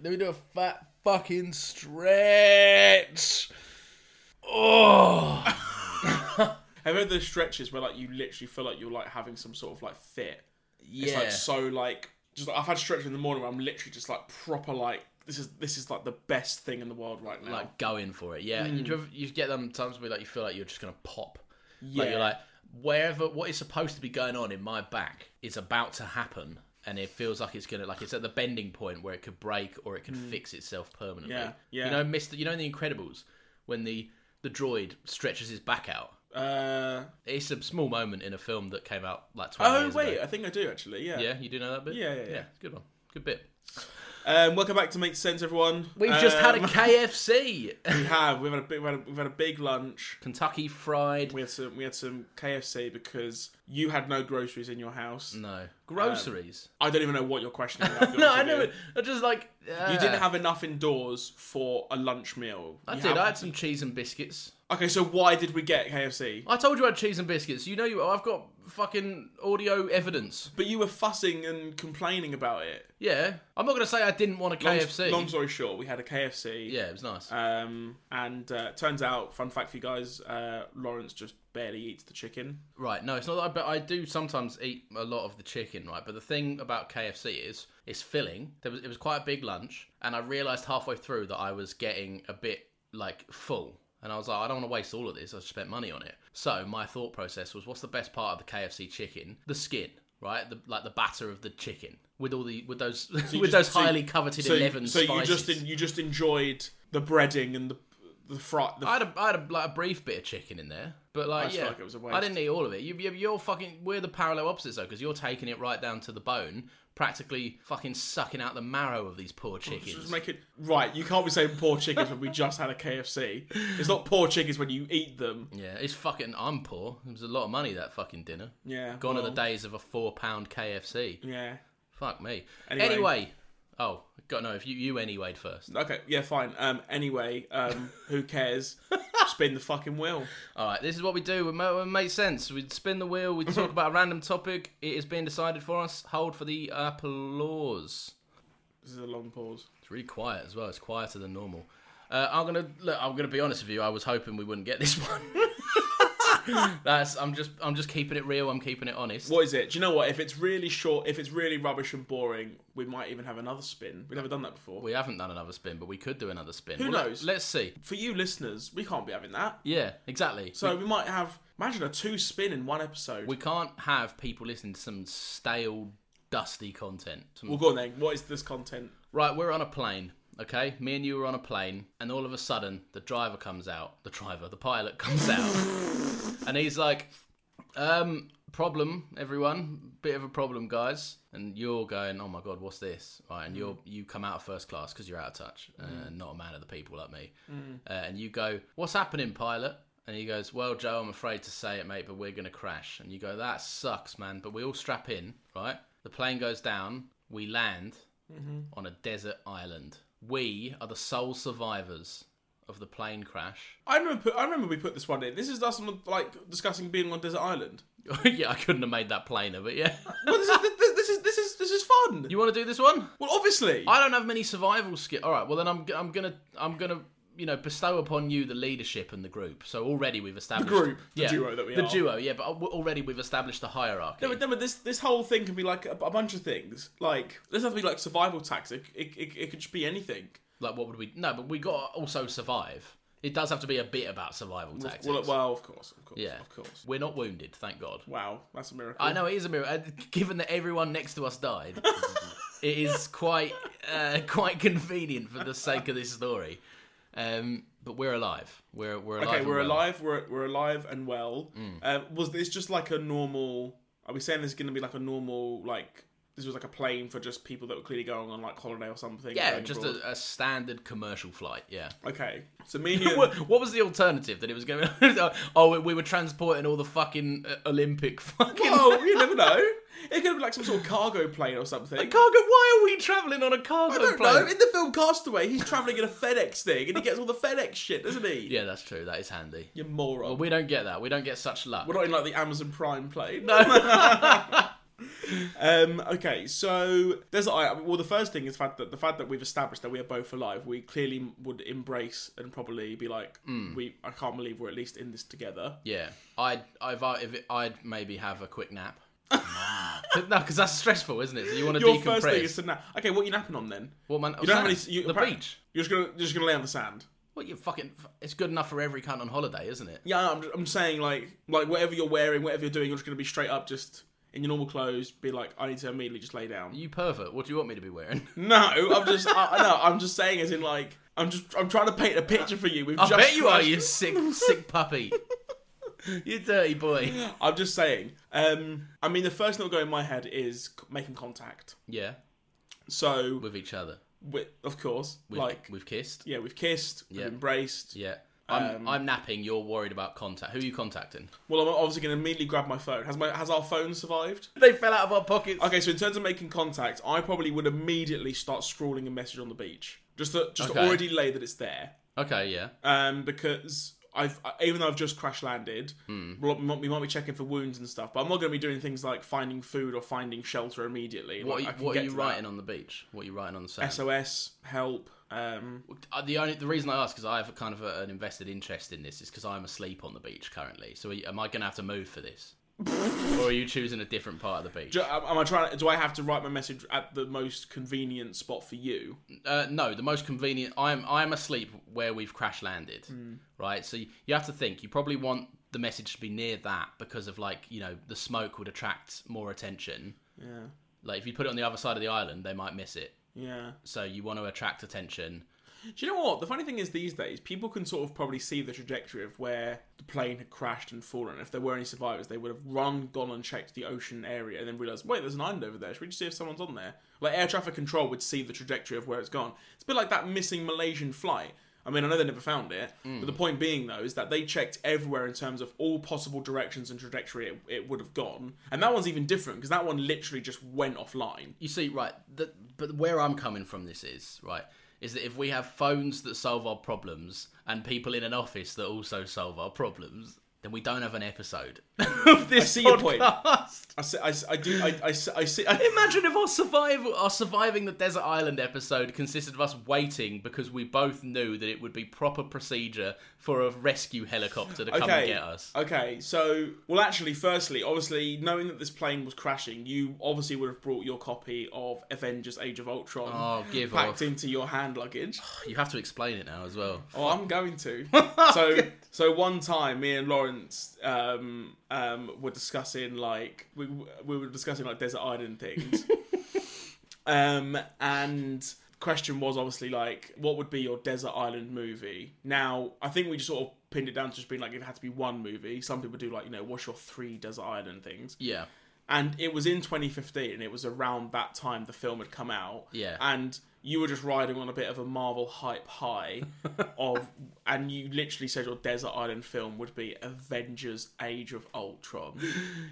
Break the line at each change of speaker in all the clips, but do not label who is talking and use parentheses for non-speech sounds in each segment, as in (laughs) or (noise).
Let me do a fat fucking stretch. Oh.
Have you heard those stretches where like you literally feel like you're like having some sort of like fit?
yeah.
It's like so like just like, I've had stretches in the morning where I'm literally just like proper like this is this is like the best thing in the world right now.
like going for it. Yeah, you, driv- you get them times where like you feel like you're just gonna pop. Like
Yeah.
you're like wherever what is supposed to be going on in my back is about to happen, and it feels like it's gonna like it's at the bending point where it could break or it could fix itself permanently.
Yeah, yeah.
You know, Mister. You know, in The Incredibles when the the droid stretches his back out.
uh,
It's a small moment in a film that came out like 20
oh
years
wait,
ago.
I think I do actually. Yeah.
Yeah, you do know that bit.
Yeah, yeah, yeah.
good one, good bit.
Um, welcome back to Make Sense, everyone.
We've just had a (laughs)
Um, (laughs)
KFC,
we have we've had a big we've had a, we've had a big lunch.
Kentucky Fried. (laughs)
We had some we had some KFC because you had no groceries in your house.
No groceries.
I don't even know what your question is.
Mm. (laughs) No, I know it. I just like uh,
You didn't have enough indoors for a lunch meal.
I
You
did.
have-
I had some cheese and biscuits.
Okay, so why did we get KFC?
I told you I had cheese and biscuits. You know you. I've got fucking audio evidence.
But you were fussing and complaining about it.
Yeah, I'm not gonna say I didn't want a
Long-
KFC.
Long, story short, we had a KFC.
yeah, it was nice.
Um, and uh, turns out, fun fact for you guys, uh, Lawrence just barely eats the chicken.
right. No, it's not that. I, but I do sometimes eat a lot of the chicken. Right. But the thing about KFC is it's filling. There was it was quite a big lunch, and I realized halfway through that I was getting a bit like full. And I was like, I don't want to waste all of this. I spent money on it. So my thought process was, what's the best part of the KFC chicken? The skin, right? The, like the batter of the chicken with all the with those (laughs) with
just-
those
so you-
highly coveted
So,
eleven
so you
spices.
just en- you just enjoyed the breading and the the fry. The,
I had, a, I had a, like a brief bit of chicken in there, but like
just
yeah,
feel like it was a waste.
I didn't eat all of it. You, you, you're fucking we're the parallel opposites though, because you're taking it right down to the bone, practically fucking sucking out the marrow of these
Oh,
poor chickens.
just make it right. You can't be saying poor chickens when we just had a KFC. It's not poor chickens when you eat them.
yeah, it's fucking. I'm poor. It was a lot of money that fucking dinner.
Yeah,
Gone
well,
are the days of a four pound KFC.
Yeah.
Fuck me.
Anyway.
Anyway. Oh, God, no, if you, you anywayed first.
Okay. Yeah. Fine. Um. Anyway. Um.
(laughs)
Who cares? Spin the fucking wheel.
All right, this is what we do. It ma- it makes sense. We spin the wheel, we
(laughs)
talk about a random topic. It is being decided for us. Hold for the applause.
This is a long pause.
It's really quiet as well. It's quieter than normal. Uh, I'm gonna look. I'm gonna be honest with you. I was hoping we wouldn't get this (laughs) one. That's. I'm just. I'm just keeping it real. I'm keeping it honest.
What is it? Do you know what? If it's really short, if it's really rubbish and boring, we might even have another spin. We've never done that before.
We haven't done another spin, but we could do another spin. Who
knows?
Let, us see.
For you listeners, we can't be having that.
Yeah, exactly.
So we might have imagine a two spin in one episode.
we can't have people listening to some stale, dusty content. Some-
well, go on then. What is this content?
Right, we're on a plane. Okay, me and you were on a plane, and all of a sudden, the driver comes out. The driver, the pilot comes out, and he's like, um, "Problem, everyone, bit of a problem, guys." And you're going, "Oh my god, what's this?" Right, and you're you come out of first class because you're out of touch and not a man of the people like me. Uh, and you go, "What's happening, pilot?" And he goes, "Well, Joe, I'm afraid to say it, mate, but we're gonna crash." And you go, "That sucks, man." But we all strap in, right? The plane goes down. We land on a desert island. We are the sole survivors of the plane crash. (laughs)
I remember. Put, I remember we put this one in. This is us like discussing being on desert island.
yeah, I couldn't have made that plainer, but yeah.
(laughs)
(laughs)
Well, this, is, this, this is this is this is fun.
you want to do this one?
well, obviously.
I don't have many survival skills. All right, well then I'm g- I'm gonna I'm gonna you know bestow upon you the leadership and the group. So already we've established
group, the duo that we
the
are.
duo, yeah. But al- already we've established a hierarchy.
No, but, no, but this this whole thing can be like a, a bunch of things. Like this has to be like survival tactic. It, it, it could just be anything.
like what would we? No, but we got to also survive. It does have to be a bit about survival tactics.
Well, well, of course, of course,
yeah,
of course.
We're not wounded, thank God.
Wow, that's a miracle.
I know it is a miracle, uh, given that everyone next to us died. it is quite uh, quite convenient for the sake of this story. Um, but we're alive. We're we're alive.
Okay,
and
we're
well. Mm.
alive. We're we're alive and well. Uh, was this just like a normal? Are we saying this is going to be like a normal like? This was like a plane for just people that were clearly going on like holiday or something.
Yeah,
going
just
abroad?
a, a standard commercial flight. Yeah.
okay. So
(laughs)
me and you.
What, what was the alternative that it was going? to... (laughs) Oh, we- we were transporting all the fucking uh, Olympic fucking.
oh, you never know. It could be like some sort of cargo plane or
(laughs)
something.
Cargo, why are we travelling on a cargo
I don't
plane?
know. In the film Castaway, he's traveling in a FedEx thing and he gets all the FedEx shit, doesn't he?
Yeah, that's true. That is handy.
You moron.
We don't get that. We don't get such luck.
We're not in like the Amazon Prime plane. (laughs) Um, okay, so there's I well the first thing is fact that the fact that we've established that we are both alive, we clearly would embrace and probably be like, we I can't believe we're at least in this together.
Yeah, I'd I've, i if it, I'd maybe have a quick nap. no, because that's stressful, isn't it? So you want to
Your first thing
decompress.
is to nap. Okay, what are you napping on then?
What man?
You don't have any.
sand.
You,
the
apparent-
beach.
You're just gonna you're just gonna lay on the sand.
What you fucking? It's good enough for every cunt on holiday, isn't it?
Yeah, I'm, I'm saying like like whatever you're wearing, whatever you're doing, you're just gonna be straight up, just in your normal clothes. Be like, I need to immediately just lay down.
You pervert. What do you want me to be
(laughs)
wearing?
No, I'm just I, no, I'm just saying as in like I'm just I'm trying to paint a picture for you. We've
I
just
bet you are,
crashed-
you sick, sick
(laughs)
puppy. you dirty boy.
I'm just saying. Um, I mean, the first thing that will go in my head is c- making contact.
Yeah,
So,
with each other.
we, of course,
We've,
like
we've kissed.
yeah, Um, we've kissed,
Yeah.
we've embraced.
Yeah. I'm, I'm napping. You're worried about contact. Who are you contacting?
Well, I'm obviously going to immediately grab my phone. Has my has our phone survived?
They fell out of our pockets.
Okay, so in terms of making contact, I probably would immediately start scrawling a message on the beach, just to just
Okay.
to already lay that it's there.
Okay, yeah.
um, because I've I- even though I've just crash landed,
Hmm.
well, we, might, we might be checking for wounds and stuff, but I'm not going to be doing things like finding food or finding shelter immediately.
What are
Like,
you,
I can
what are
get
you
to
writing on the beach? What are you writing on the sand?
that. SOS help. Um,
Uh, the only the reason I ask is I have a kind of a, an invested interest in this is because I'm asleep on the beach currently. So are you- am I going to have to move for this, or are you choosing a different part of the beach?
do, am am I trying? Do I have to write my message at the most convenient spot for you?
Uh, no, the most convenient. I'm I'm asleep where we've crash landed, right? So you, you have to think. You probably want the message to be near that because of like you know the smoke would attract more attention.
Yeah,
Like if you put it on the other side of the island, they might miss it.
yeah.
So you want to attract attention.
Do you know what? The funny thing is, these days people can sort of probably see the trajectory of where the plane had crashed and fallen. If there were any survivors, they would have run, gone and checked the ocean area, and then realized, wait, there's an island over there. Should we just see if someone's on there? Like air traffic control would see the trajectory of where it's gone. It's a bit like that missing Malaysian flight. I mean, I know they never found it,
Mm.
but the point being though is that they checked everywhere in terms of all possible directions and trajectory it, it would have gone. And that one's even different because that one literally just went offline.
you see, right? The, but where I'm coming from, this is right, is that if we have phones that solve our problems and people in an office that also solve our problems, then we don't have an episode (laughs) of this
see your point.
podcast.
I see, I, s- I do, I, I s- I see. I,
Imagine if our survival, our surviving the desert island episode consisted of us waiting because we both knew that it would be proper procedure for a rescue helicopter to come and get us.
Okay, so well, actually, firstly, obviously, knowing that this plane was crashing, you obviously would have brought your copy of Avengers: Age of Ultron
Oh, give
packed
off.
into your hand luggage.
You have to explain it now as well.
Oh, I'm going to. so, so one time, me and Lawrence um, um, were discussing like we, we were discussing like desert island things, um, and question was obviously like, what would be your desert island movie? Now, I think we just sort of pinned it down to just being like, it had to be one movie. Some people do like, you know, what's your three desert island things?
Yeah.
and it was in 2015 and it was around that time the film had come out
Yeah.
and you were just riding on a bit of a marvel
(laughs)
hype high of and you literally said your desert island film would be avengers age of ultron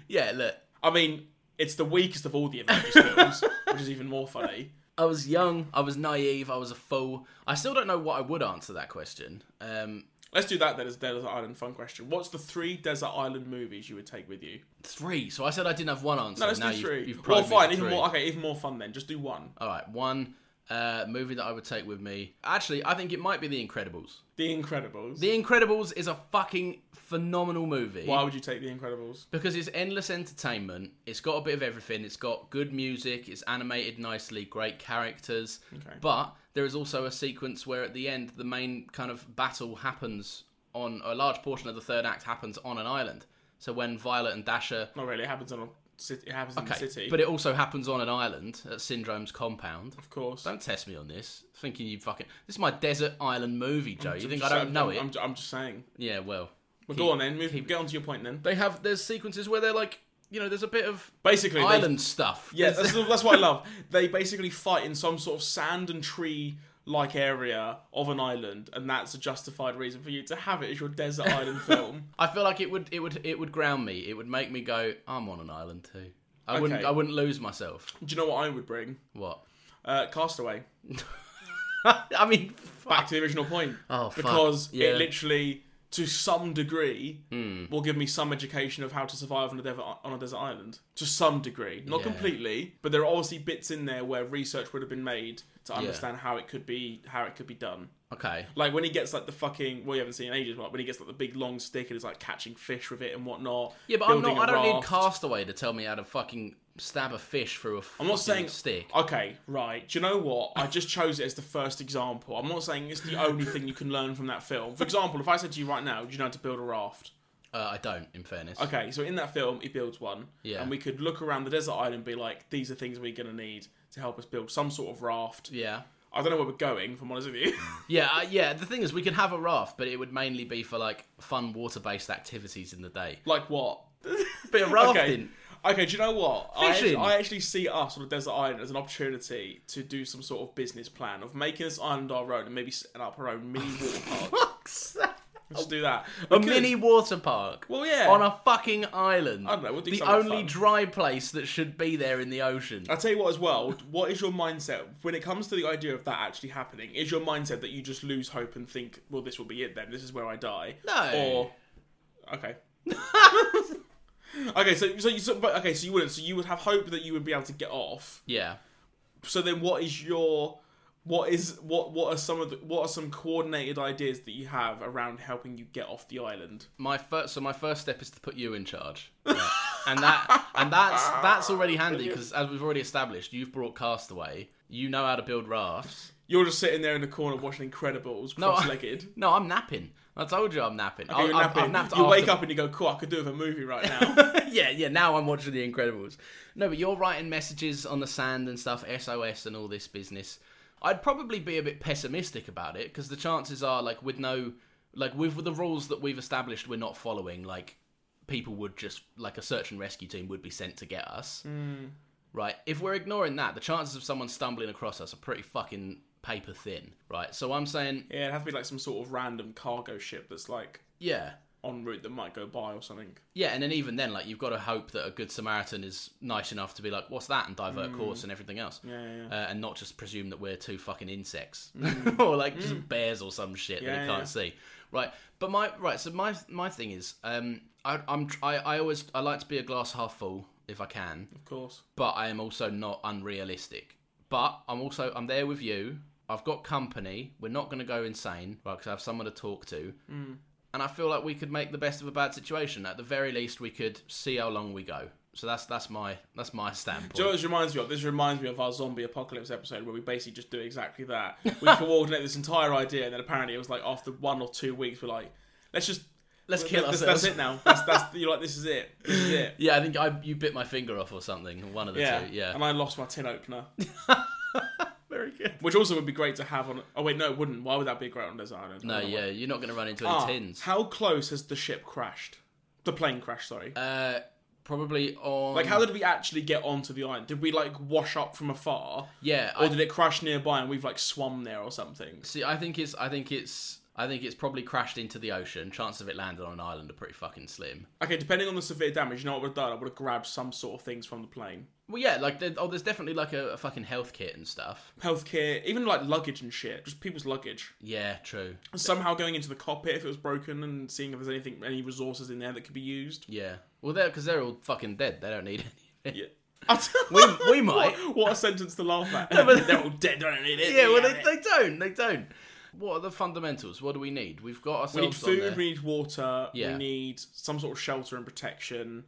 Yeah, look,
i mean it's the weakest of all the
(laughs)
avengers films which is even more funny
I was young, I was naive, I was a fool. I still don't know what I would answer that question. Um,
let's do that then as a desert island fun question what's the three desert island movies you would take with you
three. So I said I didn't have one answer.
no let's
now
do
you've,
3
You've probed
well
me to
fine even
three.
more okay even more fun then just do one
All right, one uh, movie that I would take with me. Actually, I think it might be The Incredibles.
the incredibles
The Incredibles is a fucking phenomenal movie.
why would you take the incredibles
Because it's endless entertainment. It's got a bit of everything. It's got good music. It's animated nicely. Great characters.
Okay.
But there is also a sequence where at the end the main kind of battle happens on a large portion of the third act happens on an island. So when Violet and Dasher
Not really. It happens on a city. It happens in the city.
but it also happens on an island at Syndrome's compound.
of course,
Don't test me on this. Thinking you fucking this is my desert island movie, Joe. You think I
Just
don't
saying-
know
I'm,
it?
I'm, I'm just saying.
Yeah, well.
Well,
keep-
go on then. Move, get on to your point then.
They have there's sequences where they're like, you know, there's a bit of
Basically, they-
island stuff.
Yeah, that's, that's what I love. They basically fight in some sort of sand and tree like area of an island, and that's a justified reason for you to have it as your
(laughs)
desert island film.
I feel like it would it would it would ground me. It would make me go, I'm on an island too. I wouldn't
Okay.
I wouldn't lose myself.
Do you know what I would bring? (laughs)
What?
Uh, Castaway.
I mean,
Back to the original point.
Oh, fuck.
because
Yeah. Hmm.
it literally to some degree, will give me some education of how to survive on a, dev- on a desert island. To some degree, not
Yeah.
completely, but there are obviously bits in there where research would have been made to understand how it could be how it could be done.
Okay.
Like when he gets like the fucking well, you haven't seen it in ages, but when he gets like the big long stick and is like catching fish with it and whatnot.
Yeah, but I'm
building
not. I
a
don't need
raft.
Castaway to tell me how to fucking stab a fish through a
I'm not saying
stick.
Okay, right. Do you know what? I just chose it as the first example. I'm not saying it's the only thing you can learn from that film. For example, if I said to you right now, do you know how to build a raft?
Uh, I don't. In fairness.
Okay, so in that film, he builds one.
Yeah.
And we could look around the desert island and be like, these are things we're going to need to help us build some sort of raft.
Yeah.
I don't know where we're going, if I'm honest
(laughs)
with you.
Yeah. Uh, yeah. The thing is, we could have a raft, but it would mainly be for like fun water-based activities in the day.
like what?
Bit of rafting.
Okay. okay, do you know what? I actually,
Fishing.
I actually see us on a desert island as an opportunity to do some sort of business plan of making this island our own and maybe setting up our own mini water
(laughs)
park.
Fuck's sake.
Let's do that.
A
We could-
mini water park.
Well, yeah.
On a fucking island.
I don't know, we'll do
the
something
only
fun.
dry place that should be there in the ocean.
I'll tell you what, as well, what is your mindset when it comes to the idea of that actually happening? Is your mindset that you just lose hope and think, well, this will be it then, this is where I die?
No.
Or,
(laughs)
okay. okay, so, so, you, so, but, okay, so you wouldn't, so you would have hope that you would be able to get off.
Yeah.
So then what is your. What is what? What are some of the, what are some coordinated ideas that you have around helping you get off the island?
My first, so my first step is to put you in
(laughs)
charge, Yeah. and that and that's that's already handy because as we've already established, you've brought Castaway. You know how to build rafts.
You're just sitting there in the corner watching Incredibles,
I-
cross-legged.
No, I'm napping. I told you I'm napping. I,
You're
I've,
napping.
I've napped
you wake
after-
up and you go, "Cool, I could do with a movie right
(laughs)
now."
yeah, yeah. Now I'm watching The Incredibles. No, but you're writing messages on the sand and stuff, SOS and all this business. I'd probably be a bit pessimistic about it because the chances are, like, with no, like, with the rules that we've established, we're not following. Like, people would just, like, a search and rescue team would be sent to get us. Right. If we're ignoring that, the chances of someone stumbling across us are pretty fucking paper thin. Right. So I'm saying,
yeah, it'd have to be like some sort of random cargo ship that's like
yeah,
en route that might go by or something.
Yeah, and then even then, like you've got to hope that a good Samaritan is nice enough to be like, "What's that?" and divert course and everything else,
Mm. yeah,
Uh, and not just presume that we're two fucking insects (laughs) or like just bears or some shit that
Mm. Yeah,
we
yeah.
can't see, right? But my right, so my my thing is, um, I, I'm tr- I, I always I like to be a glass half full if I can,
Of course.
but I am also not unrealistic. But I'm also I'm there with you. I've got company. We're not going to go insane, right? Because I have someone to talk to,
Mm.
and I feel like we could make the best of a bad situation. At the very least, we could see how long we go. So that's that's my that's my standpoint.
Do you know what this reminds me of? This reminds me of our zombie apocalypse episode where we basically just do exactly
(laughs)
that. We coordinate this entire idea, and then apparently it was like after one or two weeks, we're like, "Let's just
Let's kill
that's,
(laughs) ourselves.
That's it now. That's, that's you're like, this is it. This is it."
yeah, I think I you bit my finger off or something. One of the
Yeah.
two. (laughs) Yeah.
And I lost my tin opener,
(laughs) very good.
which also would be great to have on. Oh wait, no, it wouldn't. Why would that be great on a desert island?
No,
I don't know why.
yeah, you're not going to run into any
Ah,
tins.
How close has the ship crashed? The plane crashed, sorry.
Uh, probably on.
like, how did we actually get onto the island? Did we like wash up from afar,
Yeah,
or
I,
did it crash nearby and we've like swum there or something?
See, I think it's, I think it's, I think it's probably crashed into the ocean. Chances of it landing on an island are pretty fucking slim.
Okay, depending on the severe damage, you know what I've done? I would have grabbed some sort of things from the plane,
Well, yeah, like there, oh, there's definitely like a, a fucking health kit and stuff.
healthcare, even like luggage and shit, just people's luggage.
Yeah, true.
Somehow going into the cockpit if it was broken and seeing if there's anything, any resources in there that could be used.
Yeah. Well, they're because they're all fucking dead. They don't need (laughs) anything.
(laughs) Yeah.
We, we might.
(laughs) What, what a sentence to
(laughs)
laugh at.
but-
(laughs) They're all dead, they don't need it.
yeah. Well, they, they don't. They don't. What are the fundamentals? What do we need? We've got ourselves
We need
on there.
food, we need water,
Yeah.
we need some sort of shelter and protection.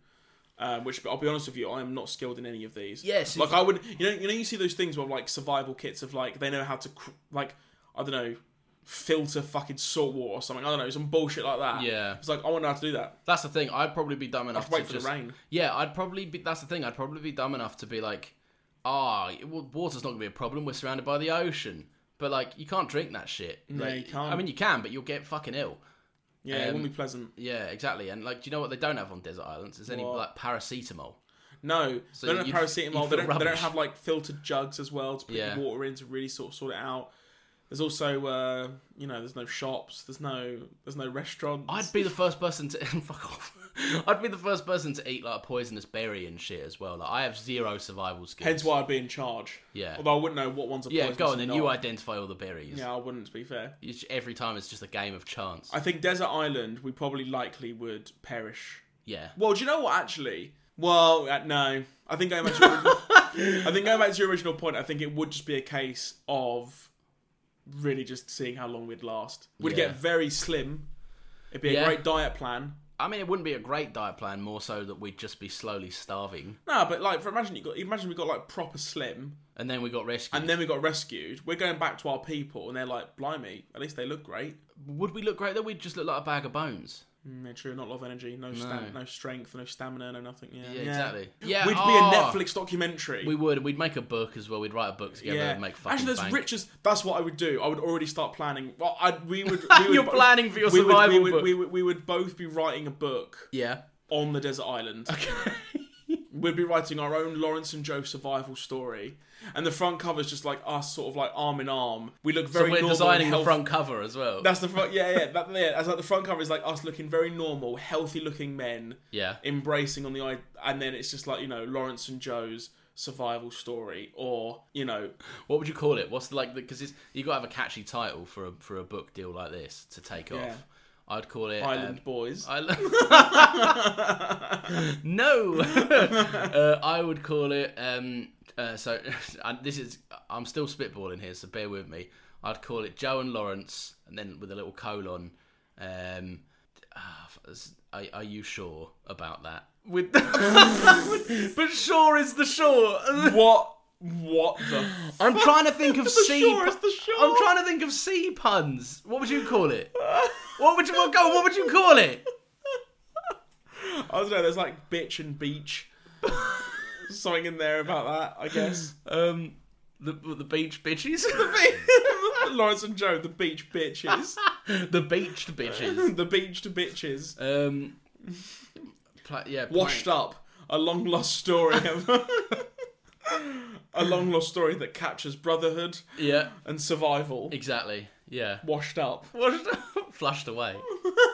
Uh, which I'll be honest with you, I am not skilled in any of these.
Yes,
like
it's-
I would, you know, you know, you see those things where like survival kits of like they know how to cr- like I don't know filter fucking salt water or something. I don't know some bullshit like that.
Yeah.
it's like I want to know how to do that.
That's the thing. I'd probably be dumb enough
Wait
to
for
just
the rain.
Yeah, I'd probably be. That's the thing. I'd probably be dumb enough to be like, ah, well, water's not gonna be a problem. We're surrounded by the ocean, but like, you can't drink that shit. No,
you can't.
I mean, you can, but you'll get fucking ill.
Yeah, it
um,
wouldn't be pleasant.
Yeah, exactly. And like, do you know what they don't have on desert islands? Is any
What?
like paracetamol?
No, they don't
you'd-
have
you'd feel
paracetamol. They don't, they don't
rubbish.
have like filtered jugs as well to put
Yeah.
the water in to really sort of sort it out. There's also, uh, you know, there's no shops. There's no there's no restaurants.
I'd be the first person to (laughs) fuck off. I'd be the first person to eat like a poisonous berry and shit as well. Like I have zero survival skills.
Hence why I'd be in charge.
Yeah.
Although I wouldn't know what ones are
yeah,
poisonous
go on and
not.
you identify all the berries.
Yeah, I wouldn't. To be fair,
Each- Every time it's just a game of chance.
I think desert island. We probably likely would perish.
yeah.
Well, do you know what? Actually, well, uh, no. I think going back to your,
(laughs)
I think going back to your original point, I think it would just be a case of really just seeing how long we'd last. We'd
Yeah.
get very slim. It'd be
Yeah.
a great diet plan.
I mean, it wouldn't be a great diet plan, more so that we'd just be slowly starving.
No, but like, for imagine you got imagine we got like proper slim,
And then we got rescued.
and then we got rescued. We're going back to our people, and they're like, "Blimey, at least they look great."
Would we look great though? We'd just look like a bag of bones.
Mm, yeah, true. Not a lot of energy, no,
No.
Stam- no strength, no stamina, no nothing. Yeah,
Yeah, exactly. Yeah.
We'd
oh,
be a Netflix documentary.
We would. We'd make a book as well. We'd write a book together
yeah,
and make fucking
actually, there's
bank.
riches. That's what I would do. I would already start planning. Well, I we
(laughs)
would. We would
You're
bo-
planning for your
we would,
survival
we, would,
book.
we would we would both be writing a book
Yeah.
on the desert island.
(laughs)
We'd be writing our own Lawrence and Joe survival story, and the front cover's just like us, sort of like arm in arm. We look very.
so we're
normal
designing
and
the
health-
front cover as well.
That's the front. Yeah, yeah. That, yeah. That's like the front cover is like us looking very normal, healthy-looking men
yeah.
embracing on the eye, and then it's just like you know Lawrence and Joe's survival story, or you know
What would you call it? What's the, like because it's you got to have a catchy title for a for a book deal like this to take
Yeah.
off. I'd call it
Island
um,
Boys.
(laughs) Island- no, (laughs) uh, I would call it. Um, uh, so (laughs) and this is I'm still spitballing here, so bear with me. I'd call it Joe and Lawrence, and then with a little colon. Um, ah, f- are, are you sure about that? With (laughs) but sure is the shore.
what? What the?
I'm trying to think (laughs) of sea.
shore
pu-
is the shore.
I'm trying to think of sea puns. What would you call it? What would you what, go? What would you call it?
I don't know. There's like bitch and beach. Something in there about that, I
(laughs)
guess. (laughs)
Um, the the beach (laughs) bitches,
Lawrence and Joe, the
(laughs)
beach bitches,
the beached bitches.
the beached bitches,
Um, pla- yeah,
washed up. A long lost story. of- (laughs) a long lost story that captures brotherhood
Yeah,
and survival.
exactly. Yeah,
Washed up.
washed (laughs) flushed away.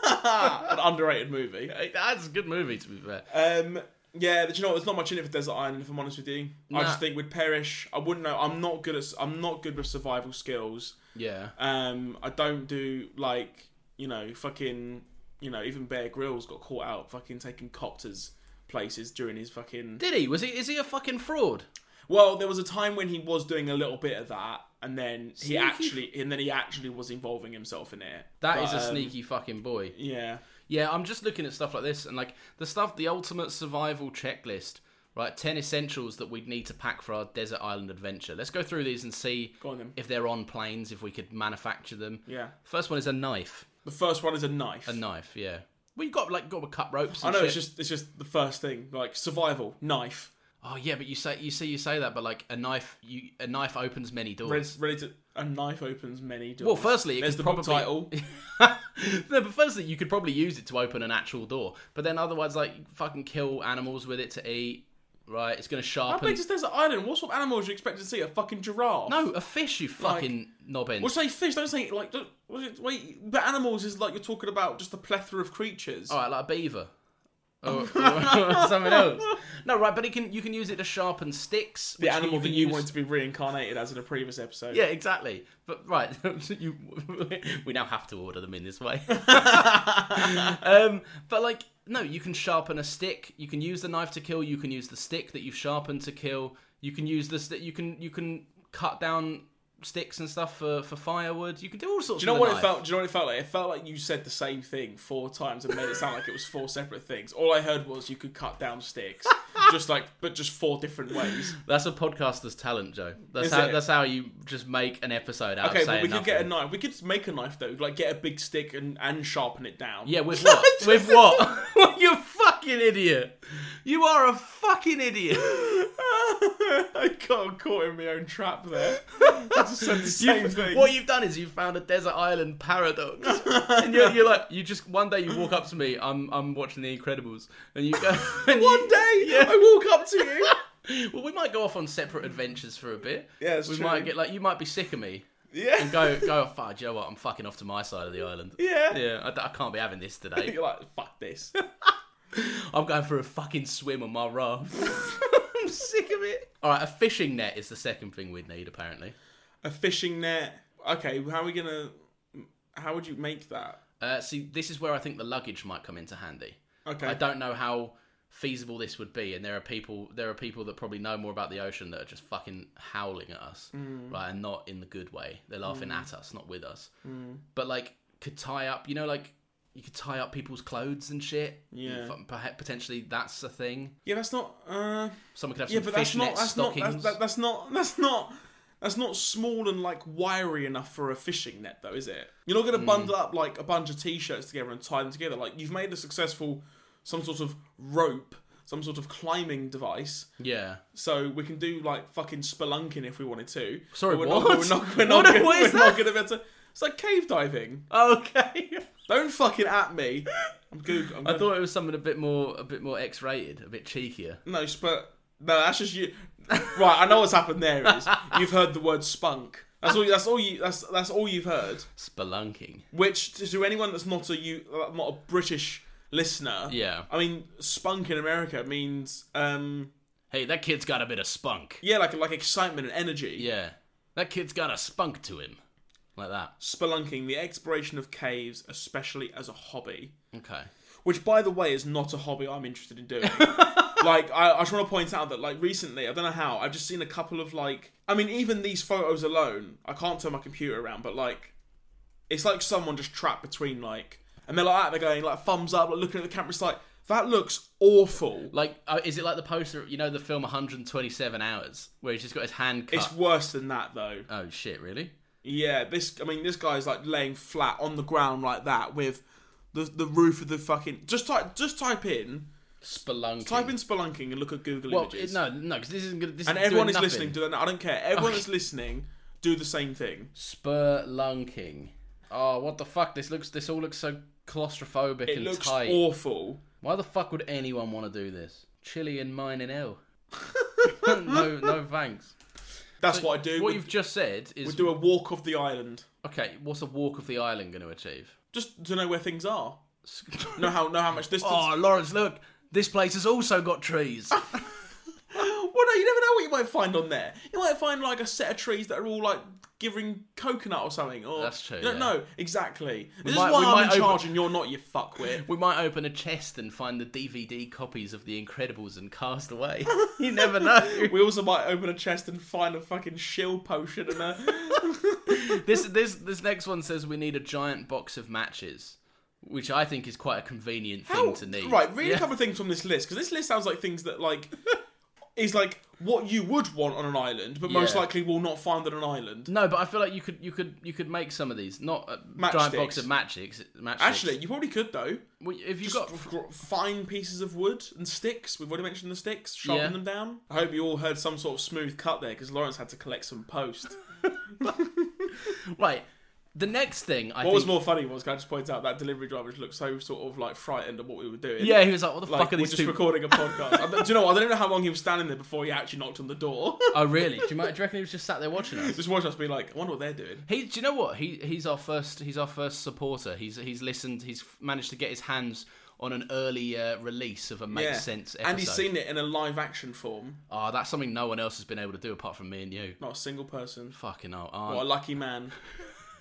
An underrated movie.
Hey, That's a good movie, to be fair.
Um, yeah, but you know what? There's not much in it for Desert Island. If I'm honest with you,
Nah.
I just think we'd perish. I wouldn't know. I'm not good at. I'm not good with survival skills.
Yeah,
Um, I don't do like you know fucking you know even Bear Grylls got caught out fucking taking copters places during his fucking.
did he? Was he? Is he a fucking fraud?
Well, there was a time when he was doing a little bit of that, and then he
Sneaky.
actually and then he actually was involving himself in it.
That
But,
is a
um,
sneaky fucking boy.
Yeah.
Yeah, I'm just looking at stuff like this and like the stuff, the ultimate survival checklist, right? 10 essentials that we'd need to pack for our desert island adventure. Let's go through these and see
Go on then.
if they're on planes, if we could manufacture them.
Yeah.
First one is a knife.
The first one is a knife.
A knife, yeah. Well, you got like got to cut ropes.
I
And
know
shit.
it's just it's just the first thing like survival knife.
Oh yeah, but you say you see you say that, but like a knife, you a knife opens many doors.
Ready, ready to a knife opens many doors.
Well, firstly, it
there's the
could
book
probably-
title.
(laughs) no, but firstly, you could probably use it to open an actual door, but then otherwise, like fucking kill animals with it to eat. Right, it's gonna
How
sharpen.
big is Desert Island? What sort of animals do you expect to see? A fucking giraffe?
No, a fish, you fucking nobbin.
Well, say fish. Don't say like. Don't, what is it- wait, but animals is like you're talking about just a plethora of creatures.
All right, like a
(laughs)
beaver. Or, (laughs) or something else. No, right, but it can you can use it to sharpen sticks.
the
which
animal that
can
you
use-
wanted to be reincarnated as in a previous episode.
Yeah, exactly. But right, (laughs) you, we now have to order them in this
(laughs)
way. um, but like, no, you can sharpen a stick. You can use the knife to kill. You can use the stick that you've sharpened to kill. You can use this that you can you can cut down sticks and stuff for, for firewood. You can do all sorts.
Do you know
with a
what
knife.
it felt? Do you know what it felt like? It felt like you said the same thing four times and made it sound like it was four separate things. All I heard was you could cut
(laughs)
down sticks, just like, but just four different ways.
That's a podcaster's talent, Joe. That's
Is
how
it?
that's how you just make an episode out
Okay,
of saying
but we could get a
nothing.
knife. We could make a knife though, like get a big stick and and sharpen it down.
Yeah,
(laughs)
with what? with (laughs) what? you fucking idiot! You are a fucking idiot.
I got caught in my own trap there. I
(laughs)
just said the same
You've-
thing.
What you've done is you've found a desert island
(laughs)
paradox, and you're, you're like, you just one day you walk up to me, I'm I'm watching The Incredibles, and you go, (laughs) and
One
you- (laughs)
day
yeah.
I walk up to
(laughs)
you.
Well, we might go off on separate adventures for a bit.
Yeah, it's
we
true.
might get like you might be sick of me,
Yeah.
and go go. Fuck, do you know what? I'm fucking off to my side of the island.
Yeah.
Yeah, I, d- I can't be having this today.
(laughs) You're like, fuck this.
I'm going for a fucking swim on my raft. (laughs) I'm sick of it. All right, a fishing net is the second thing we'd need apparently.
a fishing net. Okay, how are we gonna? How would you make that?
Uh, see, this is where I think the luggage might come into handy.
Okay.
I don't know how feasible this would be, and there are people there are people that probably know more about the ocean that are just fucking howling at us,
Mm.
right, and not in the good way. They're laughing at us, not with us.
Mm.
But like, could tie up, you know, like you could tie up people's clothes and shit.
Yeah.
Fuck, perha- potentially that's a thing.
yeah, that's not. Uh,
Someone could have
yeah,
some
but that's
fishnet
not. That's not.
stockings.
That's, that, that's not. (laughs) That's not. That's not small and like wiry enough for a fishing net, though, is it? You're not
Hmm.
gonna bundle up like a bunch of t-shirts together and tie them together. Like you've made a successful, some sort of rope, some sort of climbing device.
Yeah.
So we can do like fucking spelunking if we wanted to.
Sorry,
But we're
what?
Not, we're not. We're
(laughs)
not.
What-
gonna,
what
we're
is
not gonna be able to. It's like cave diving.
Okay.
Don't fucking at me. I'm Google.
(laughs)
I'm
I
gonna,
thought it was something a bit more a bit more X-rated, a bit cheekier.
no, but no, that's just you. Right, I know what's happened there is you've heard the word spunk. That's all. That's all you. That's that's all you've heard.
Spelunking.
Which to, to anyone that's not a you, not a British listener.
Yeah.
I mean, spunk in America means um
Hey, that kid's got a bit of spunk.
yeah, like like excitement and energy.
Yeah. That kid's got a spunk to him. Like that.
Spelunking, the exploration of caves, especially as a hobby.
Okay.
which by the way is not a hobby I'm interested in doing. like I, I just want to point out that like recently, I don't know how, I've just seen a couple of like I mean, even these photos alone, I can't turn my computer around, but like it's like someone just trapped between like and they're like that, they're going like thumbs up, like looking at the camera, it's like that looks awful.
Like, uh, is it like the poster, you know, the film 127 Hours, where he's just got his hand cut?
It's worse than that though.
Oh, shit, really?
Yeah, this I mean this guy's like laying flat on the ground like that with the the roof of the fucking just type just type in
Spelunking.
type in spelunking and look at Google
well,
images.
it- no, no, because this isn't good. This
and
is
everyone
doing
is
nothing.
listening to that. I don't care. Everyone that's listening, do the same thing.
Spelunking. Oh, what the fuck? This looks. This all looks so claustrophobic
It
and
looks
tight.
awful.
Why the fuck would anyone want to do this? Chili and mine in
(laughs)
hell. no, no thanks.
That's what I do.
What
What
you've just said is
do a walk off the island
okay. What's a walk of the island going to achieve?
just to know where things are. Know how know how much distance.
Oh, Lawrence, look. This place has also got
(laughs)
trees.
(gasps) Well, no, you never know what you might find on there. You might find like a set of trees that are all like giving coconut or something. Or
That's true,
You don't
yeah.
know exactly. This
might-
is why
we
I'm
might
in
open-
charge and you're not. You fuckwit.
we might open a chest and find the DVD copies of The Incredibles and Castaway. (laughs) you never know.
(laughs) We also might open a chest and find a fucking shill potion and a.
(laughs) this this this next one says we need a giant box of matches, which I think is quite a convenient thing to need.
Oh, Right, read
Yeah.
a couple of things from this list because this list sounds like things
(laughs)
that like is like what you would want on an island, but most
Yeah.
likely will not find on an island.
No, but I feel like you could you could you could make some of these. Not a giant box
Matchsticks.
of matches. matchsticks.
Actually, you probably could though.
Well, if you've
Just
got
gr- fine pieces of wood and sticks. We've already mentioned the sticks. Sharpen
Yeah.
them down. I hope you all heard some sort of smooth cut there because Lawrence had to collect some post.
right, the next thing I
What
think.
was more funny was can I just point out that delivery driver just looked so sort of like frightened at what we were doing.
yeah, he was like, "What the
Like,
fuck are
we're
these
just
two?
recording
(laughs)
a podcast. I don't- do you know what? I don't know how long he was standing there before he actually knocked on the door. (laughs)
Oh, really? Do you, might, do you reckon he was just sat there watching us?
just watch us be like, I wonder what they're doing.
He, do you know what? He he's our first he's our first supporter. He's he's listened. He's managed to get his hands on an early uh, release of a makes sense episode.
And he's seen it in a live action form.
Oh, that's something no one else has been able to do apart from me and you.
Not a single person.
Fucking hell,
What a
aren't
lucky man.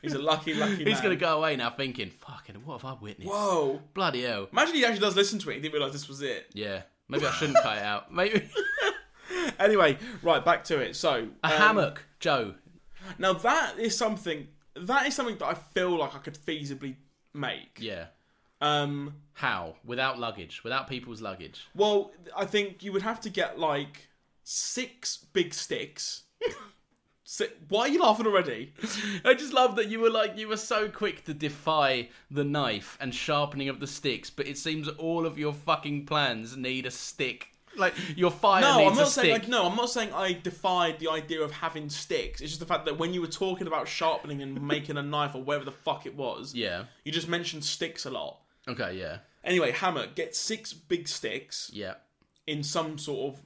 He's a lucky, lucky
(laughs)
man.
He's gonna go away now thinking, fucking, what have I witnessed?
Whoa.
Bloody hell.
Imagine he actually does listen to it. He didn't realise this was it.
Yeah. Maybe I
(laughs)
shouldn't cut it out. Maybe
Anyway, right, back to it. So. um,
a (laughs) hammock, Joe.
Now, that is something. That is something that I feel like I could feasibly make.
Yeah.
Um,
How? Without luggage, without people's luggage.
well, I think you would have to get like six big
(laughs)
sticks. Si- Why are you laughing already?
I just love that you were like you were so quick to defy the knife and sharpening of the sticks, but it seems all of your fucking plans need a stick. Like your fire
No,
needs
I'm
a
not saying
stick.
like, no. I'm not saying I defied the idea of having sticks. It's just the fact that when you were talking about
(laughs)
sharpening and making a knife or wherever the fuck it was,
Yeah.
you just mentioned sticks a lot.
Okay, yeah.
Anyway, hammer. Get six big sticks
Yeah.
in some sort of,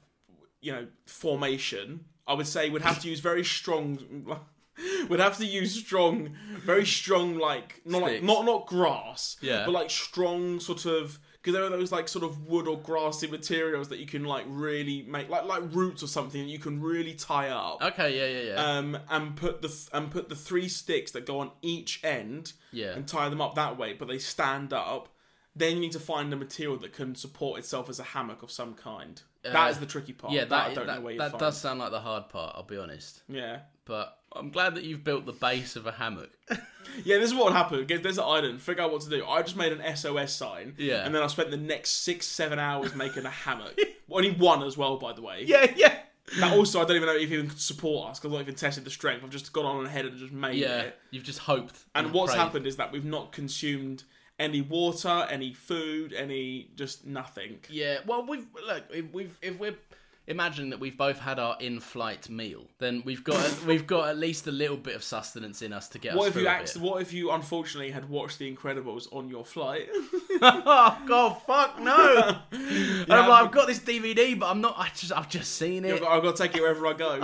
you know, formation. I would say would have to use very strong. (laughs) would have to use strong, very strong, like not like
Sticks.
not not grass,
Yeah.
but like strong sort of because there are those like sort of wood or grassy materials that you can like really make like like roots or something that you can really tie up.
Okay, yeah, yeah, yeah.
Um, and put the th- and put the three sticks that go on each end,
Yeah.
and tie them up that way. But they stand up. Then you need to find a material that can support itself as a hammock of some kind. that is the tricky part.
Uh, yeah,
that,
that
I don't
that,
know where you
that
find.
does sound like the hard part. I'll be honest,
Yeah,
but I'm glad that you've built the base of a hammock.
(laughs) Yeah, this is what happened. Get Desert Island, figure out what to do. I just made an SOS sign.
Yeah.
And then I spent the next six, seven hours making
(laughs)
a hammock. Only one as well, by the way.
yeah, yeah,
That also, I don't even know if it even could support us because I've not even tested the strength. I've just gone on ahead and just made
yeah.
it.
You've just hoped.
And what's
prayed.
happened is that we've not consumed any water, any food, any just nothing.
Yeah, well, we've look. If we've if we're imagining that we've both had our in-flight meal, then we've got we've got at least a little bit of sustenance in us to get
What
us
if
through
you
a
act-
bit.
What if you unfortunately had watched The Incredibles on
(laughs)
your flight? (laughs)
oh God, fuck no! and
Yeah.
I'm like, I've got this DVD, but I'm not. I just I've just seen
I've
it.
got, I've got to take it wherever I
(laughs)
go.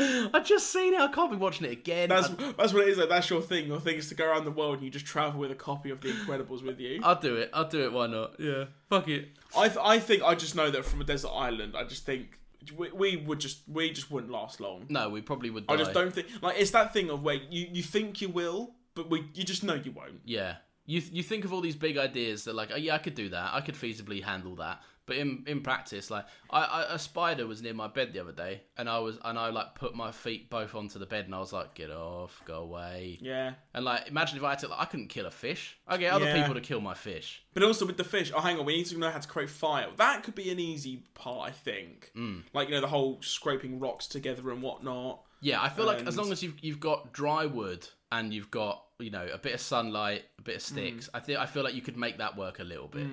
I've just seen it. I can't be watching it again.
That's
I-
that's what it is. Like that's your thing. Your thing is to go around the world and you just travel with a copy of The Incredibles
(laughs)
with you.
I'll do it. I'll do it. Why not? Yeah. Fuck it.
I th- I think I just know that from a desert island. I just think we, we would just we just wouldn't last long.
No, we probably would. Die.
I just don't think like it's that thing of where you you think you will, but we you just know you won't.
Yeah. You you think of all these big ideas that like, oh, yeah, I could do that. I could feasibly handle that. But in in practice, like, I, I a spider was near my bed the other day, and I was and I like put my feet both onto the bed, and I was like, get off, go away.
Yeah.
And like, imagine if I had to, like, I couldn't kill a fish. I get other
Yeah.
people to kill my fish.
But also with the fish, oh hang on, we need to know how to create fire. That could be an easy part, I think.
Mm.
Like you know the whole scraping rocks together and whatnot.
Yeah, I feel like as
And-
long as you've you've got dry wood and you've got you know a bit of sunlight, a bit of sticks,
Mm.
I think I feel like you could make that work a little bit,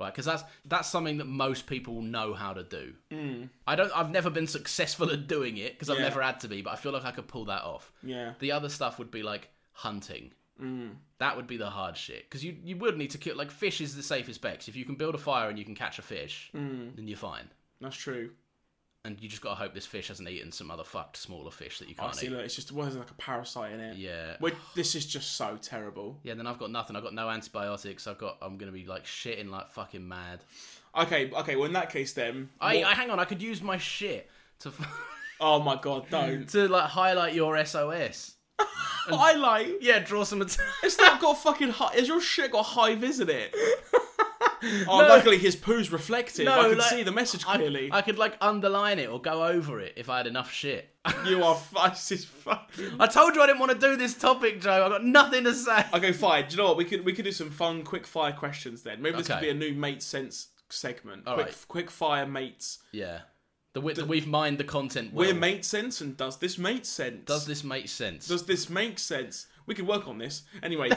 right? Because that's that's something that most people know how to do. Mm. I don't. I've never been successful at doing it because I've
Yeah.
never had to be, but I feel like I could pull that off.
Yeah.
The other stuff would be like hunting.
Mm.
That would be the hard shit because you you would need to kill like fish is the safest bet. 'cause if you can build a fire and you can catch a fish,
Mm.
then you're fine.
That's true.
And you just gotta hope this fish hasn't eaten some other fucked smaller fish that you
I
can't
see
eat.
look, it's just well, there's like a parasite in it.
Yeah.
Which this is just so terrible.
Yeah, then I've got nothing. I've got no antibiotics. I've got. I'm gonna be like shitting like fucking mad.
Okay, okay. Well, in that case, then.
I,
what-
I hang on. I could use my shit to f- (laughs)
oh my god, don't.
to like highlight your SOS.
I like.
Yeah, draw some. Att-
It's not got fucking. High, has your shit got high vis
(laughs)
in it? Oh, luckily his poo's reflective.
No,
I can
like-
see the message
I,
clearly.
(laughs) I could like underline it or go over it if I had enough shit.
you are (laughs) fast as fuck.
(laughs) I told you I didn't want to do this topic, Joe. I've got nothing to say.
Okay, fine. Do you know what? We could we could do some fun quick fire questions then. Maybe this could
Okay.
be a new mate sense segment. quick
right.
quick fire mates.
Yeah, the, wi- that we've mined the content. Well.
We're mate sense and does this make sense?
Does this make sense?
Does this make sense? We could work on this.
(laughs)
Anyway,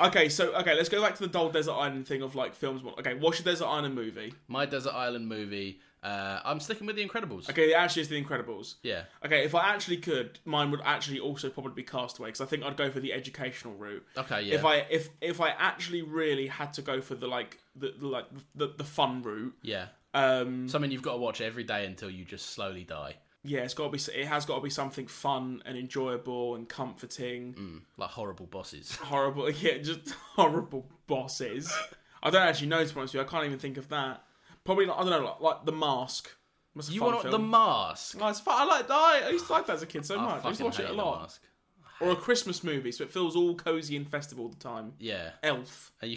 okay, so okay, let's go back to the old desert island thing of like films. Okay, what's your desert island movie?
My desert island movie. Uh, I'm sticking with The Incredibles.
Okay, it actually is The Incredibles.
Yeah.
Okay, if I actually could, mine would actually also probably be Castaway because I think I'd go for the educational route.
Okay. Yeah.
If I if if I actually really had to go for the like the, the like the, the fun route,
yeah.
um,
Something you've got to watch every day until you just slowly die.
yeah, it's got to be it has got to be something fun and enjoyable and comforting.
like horrible bosses.
Horrible, (laughs) yeah, just horrible bosses. I don't actually know to be honest with you. I can't even think of that. Probably like, I don't know like, like the Mask. That's a
You
fun
want the
film.
mask?
Oh, it's fun. I like that. I used to like that as a kid so
I
much. I used
fucking
to watch
hate
it a
The
lot.
Mask.
or a Christmas movie, so it feels all cozy and festive all the time.
Yeah, (laughs)
Elf,
and you.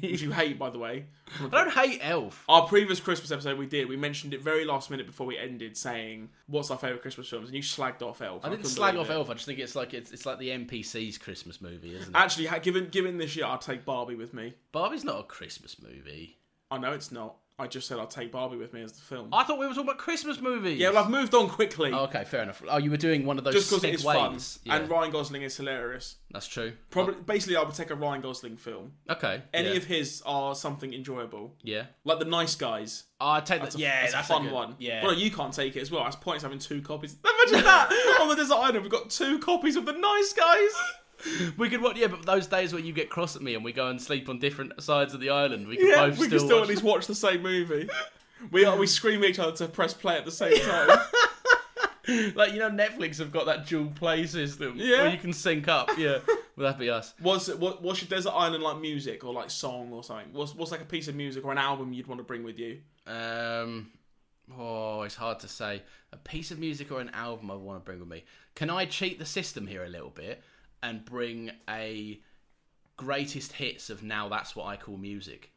Can...
you hate, by the way.
I don't hate Elf.
Our previous Christmas episode, we did. We mentioned it very last minute before we ended, saying what's our favorite Christmas films, and you slagged off Elf.
I didn't
couldn't
slag
believe
off
it.
Elf. I just think it's like it's, it's like the NPC's Christmas movie, isn't it?
Actually, ha- given given this year, I'll take Barbie with me.
Barbie's not a Christmas movie.
I know it's not. I just said I'll take Barbie with me as the film.
I thought we were talking about Christmas movies.
yeah, well, I've moved on quickly
Oh, okay, fair enough. Oh, you were doing one of those
just because it's fun,
segues. Yeah,
and Ryan Gosling is hilarious.
that's true.
Probably, basically, I would take a Ryan Gosling film.
Okay.
Any
yeah.
of his are something enjoyable,
yeah.
like The Nice Guys.
Oh, I take that. yeah,
that's, a fun
good-
one.
Yeah.
Well, no, you can't take it as well. That's points having two copies. (laughs) Imagine that on the desert island. We've got two copies of the nice guys.
We could watch, yeah, but those days where you get cross at me and we go and sleep on different sides of the island, we could
Yeah,
(laughs) both
we
still,
can still
watch
at
(laughs)
least watch the same movie. We are, we scream at each other to press play at the same time.
like you know, Netflix have got that dual play system
Yeah.
where you can sync up.
(laughs)
Yeah, well that'd be us.
What's what? What's your desert island like music or like song or something? What's what's like a piece of music or an album you'd want to bring with you?
Um, oh, it's hard to say. A piece of music or an album I want to bring with me. Can I cheat the system here a little bit and bring a greatest hits of now? That's what I call music.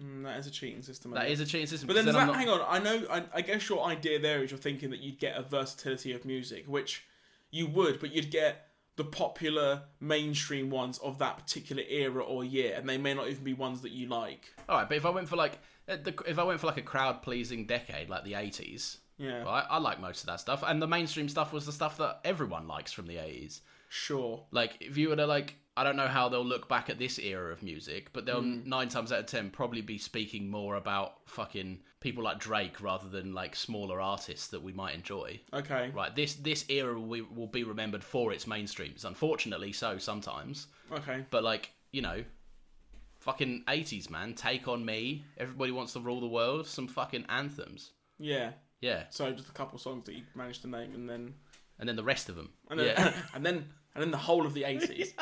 Mm, that is a cheating system. I
That
think.
is a cheating system.
But then,
because
does that,
I'm
hang on, I know, I, I guess your idea there is you're thinking that you'd get a versatility of music, which you would, but you'd get the popular mainstream ones of that particular era or year, and they may not even be ones that you like.
not- All right, but if I went for like uh, the, if I went for like a crowd pleasing decade, like the '80s.
Yeah,
Right, I like most of that stuff, and the mainstream stuff was the stuff that everyone likes from the '80s.
sure.
Like, if you were to like, I don't know how they'll look back at this era of music, but they'll
Mm.
nine times out of ten probably be speaking more about fucking people like Drake rather than like smaller artists that we might enjoy.
Okay.
Right, this this era will be, will be remembered for its mainstreams. Unfortunately, so sometimes,
Okay.
but like you know, fucking eighties man, take on me. Everybody wants to rule the world. Some fucking anthems.
Yeah.
Yeah,
So just a couple songs that you managed to name, and then
and then the rest of them.
and then
yeah. (laughs)
(laughs) and then and then the whole of the eighties.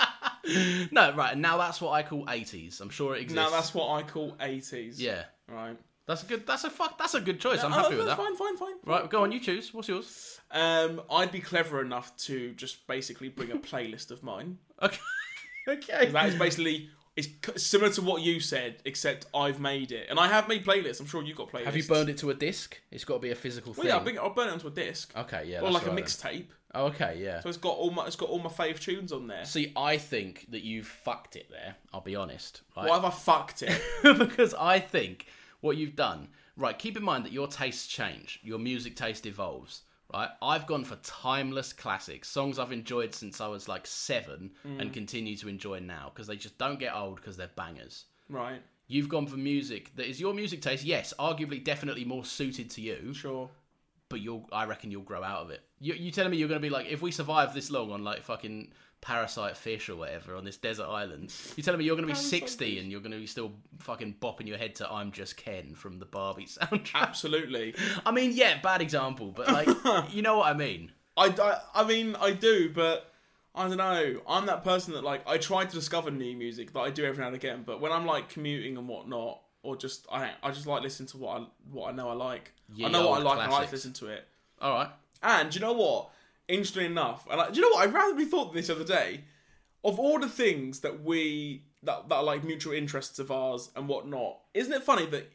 no, right. and Now that's what I call eighties. I'm sure it exists.
now that's what I call eighties.
yeah.
Right.
That's a good. That's a fuck. That's a good choice. I'm
Oh,
happy with
that's
that.
Fine. Fine. Fine.
Right, go on. You choose. What's yours?
Um, I'd be clever enough to just basically bring a playlist of mine.
Okay. (laughs) okay.
That is basically it's c- similar to what you said, except I've made it, and I have made playlists. I'm sure you've got playlists.
Have you burned it to a disc? It's got to be a physical
Well,
thing.
yeah, I'll, bring it, I'll burn it onto a disc,
Okay. Yeah.
or
Oh, that's
like
right
a
then.
mixtape.
Oh, okay. Yeah.
So it's got all my it's got all my fave tunes on there.
See, I think that you've fucked it there. I'll be honest. Right.
Why have I fucked it?
(laughs) because I think what you've done, right, keep in mind that your tastes change, your music taste evolves, right? I've gone for timeless classics, songs I've enjoyed since I was like seven
Mm.
and continue to enjoy now because they just don't get old because they're bangers.
right.
You've gone for music that is your music taste, yes, arguably definitely more suited to you,
Sure.
but you'll, I reckon you'll grow out of it. You, you telling me you're going to be like, if we survive this long on like fucking parasite fish or whatever on this desert island, you telling me you're going to be
Parasite
60 and you're going to be still fucking bopping your head to I'm Just Ken from the Barbie soundtrack? (laughs)
Absolutely.
I mean, yeah, bad example, but like,
(laughs)
you know what I mean.
I, I, I mean, I do, but I don't know. I'm that person that, like, I try to discover new music that I do every now and again, but when I'm, like, commuting and whatnot, or just, I, I just like listen to what I, what I know I like.
Ye
I know what I
olde
like, and I like
classics.
to listen to it.
All right.
And do you know what? Interesting enough, and I, do you know what? I randomly thought this the other day. Of all the things that we that that are like mutual interests of ours and whatnot, isn't it funny that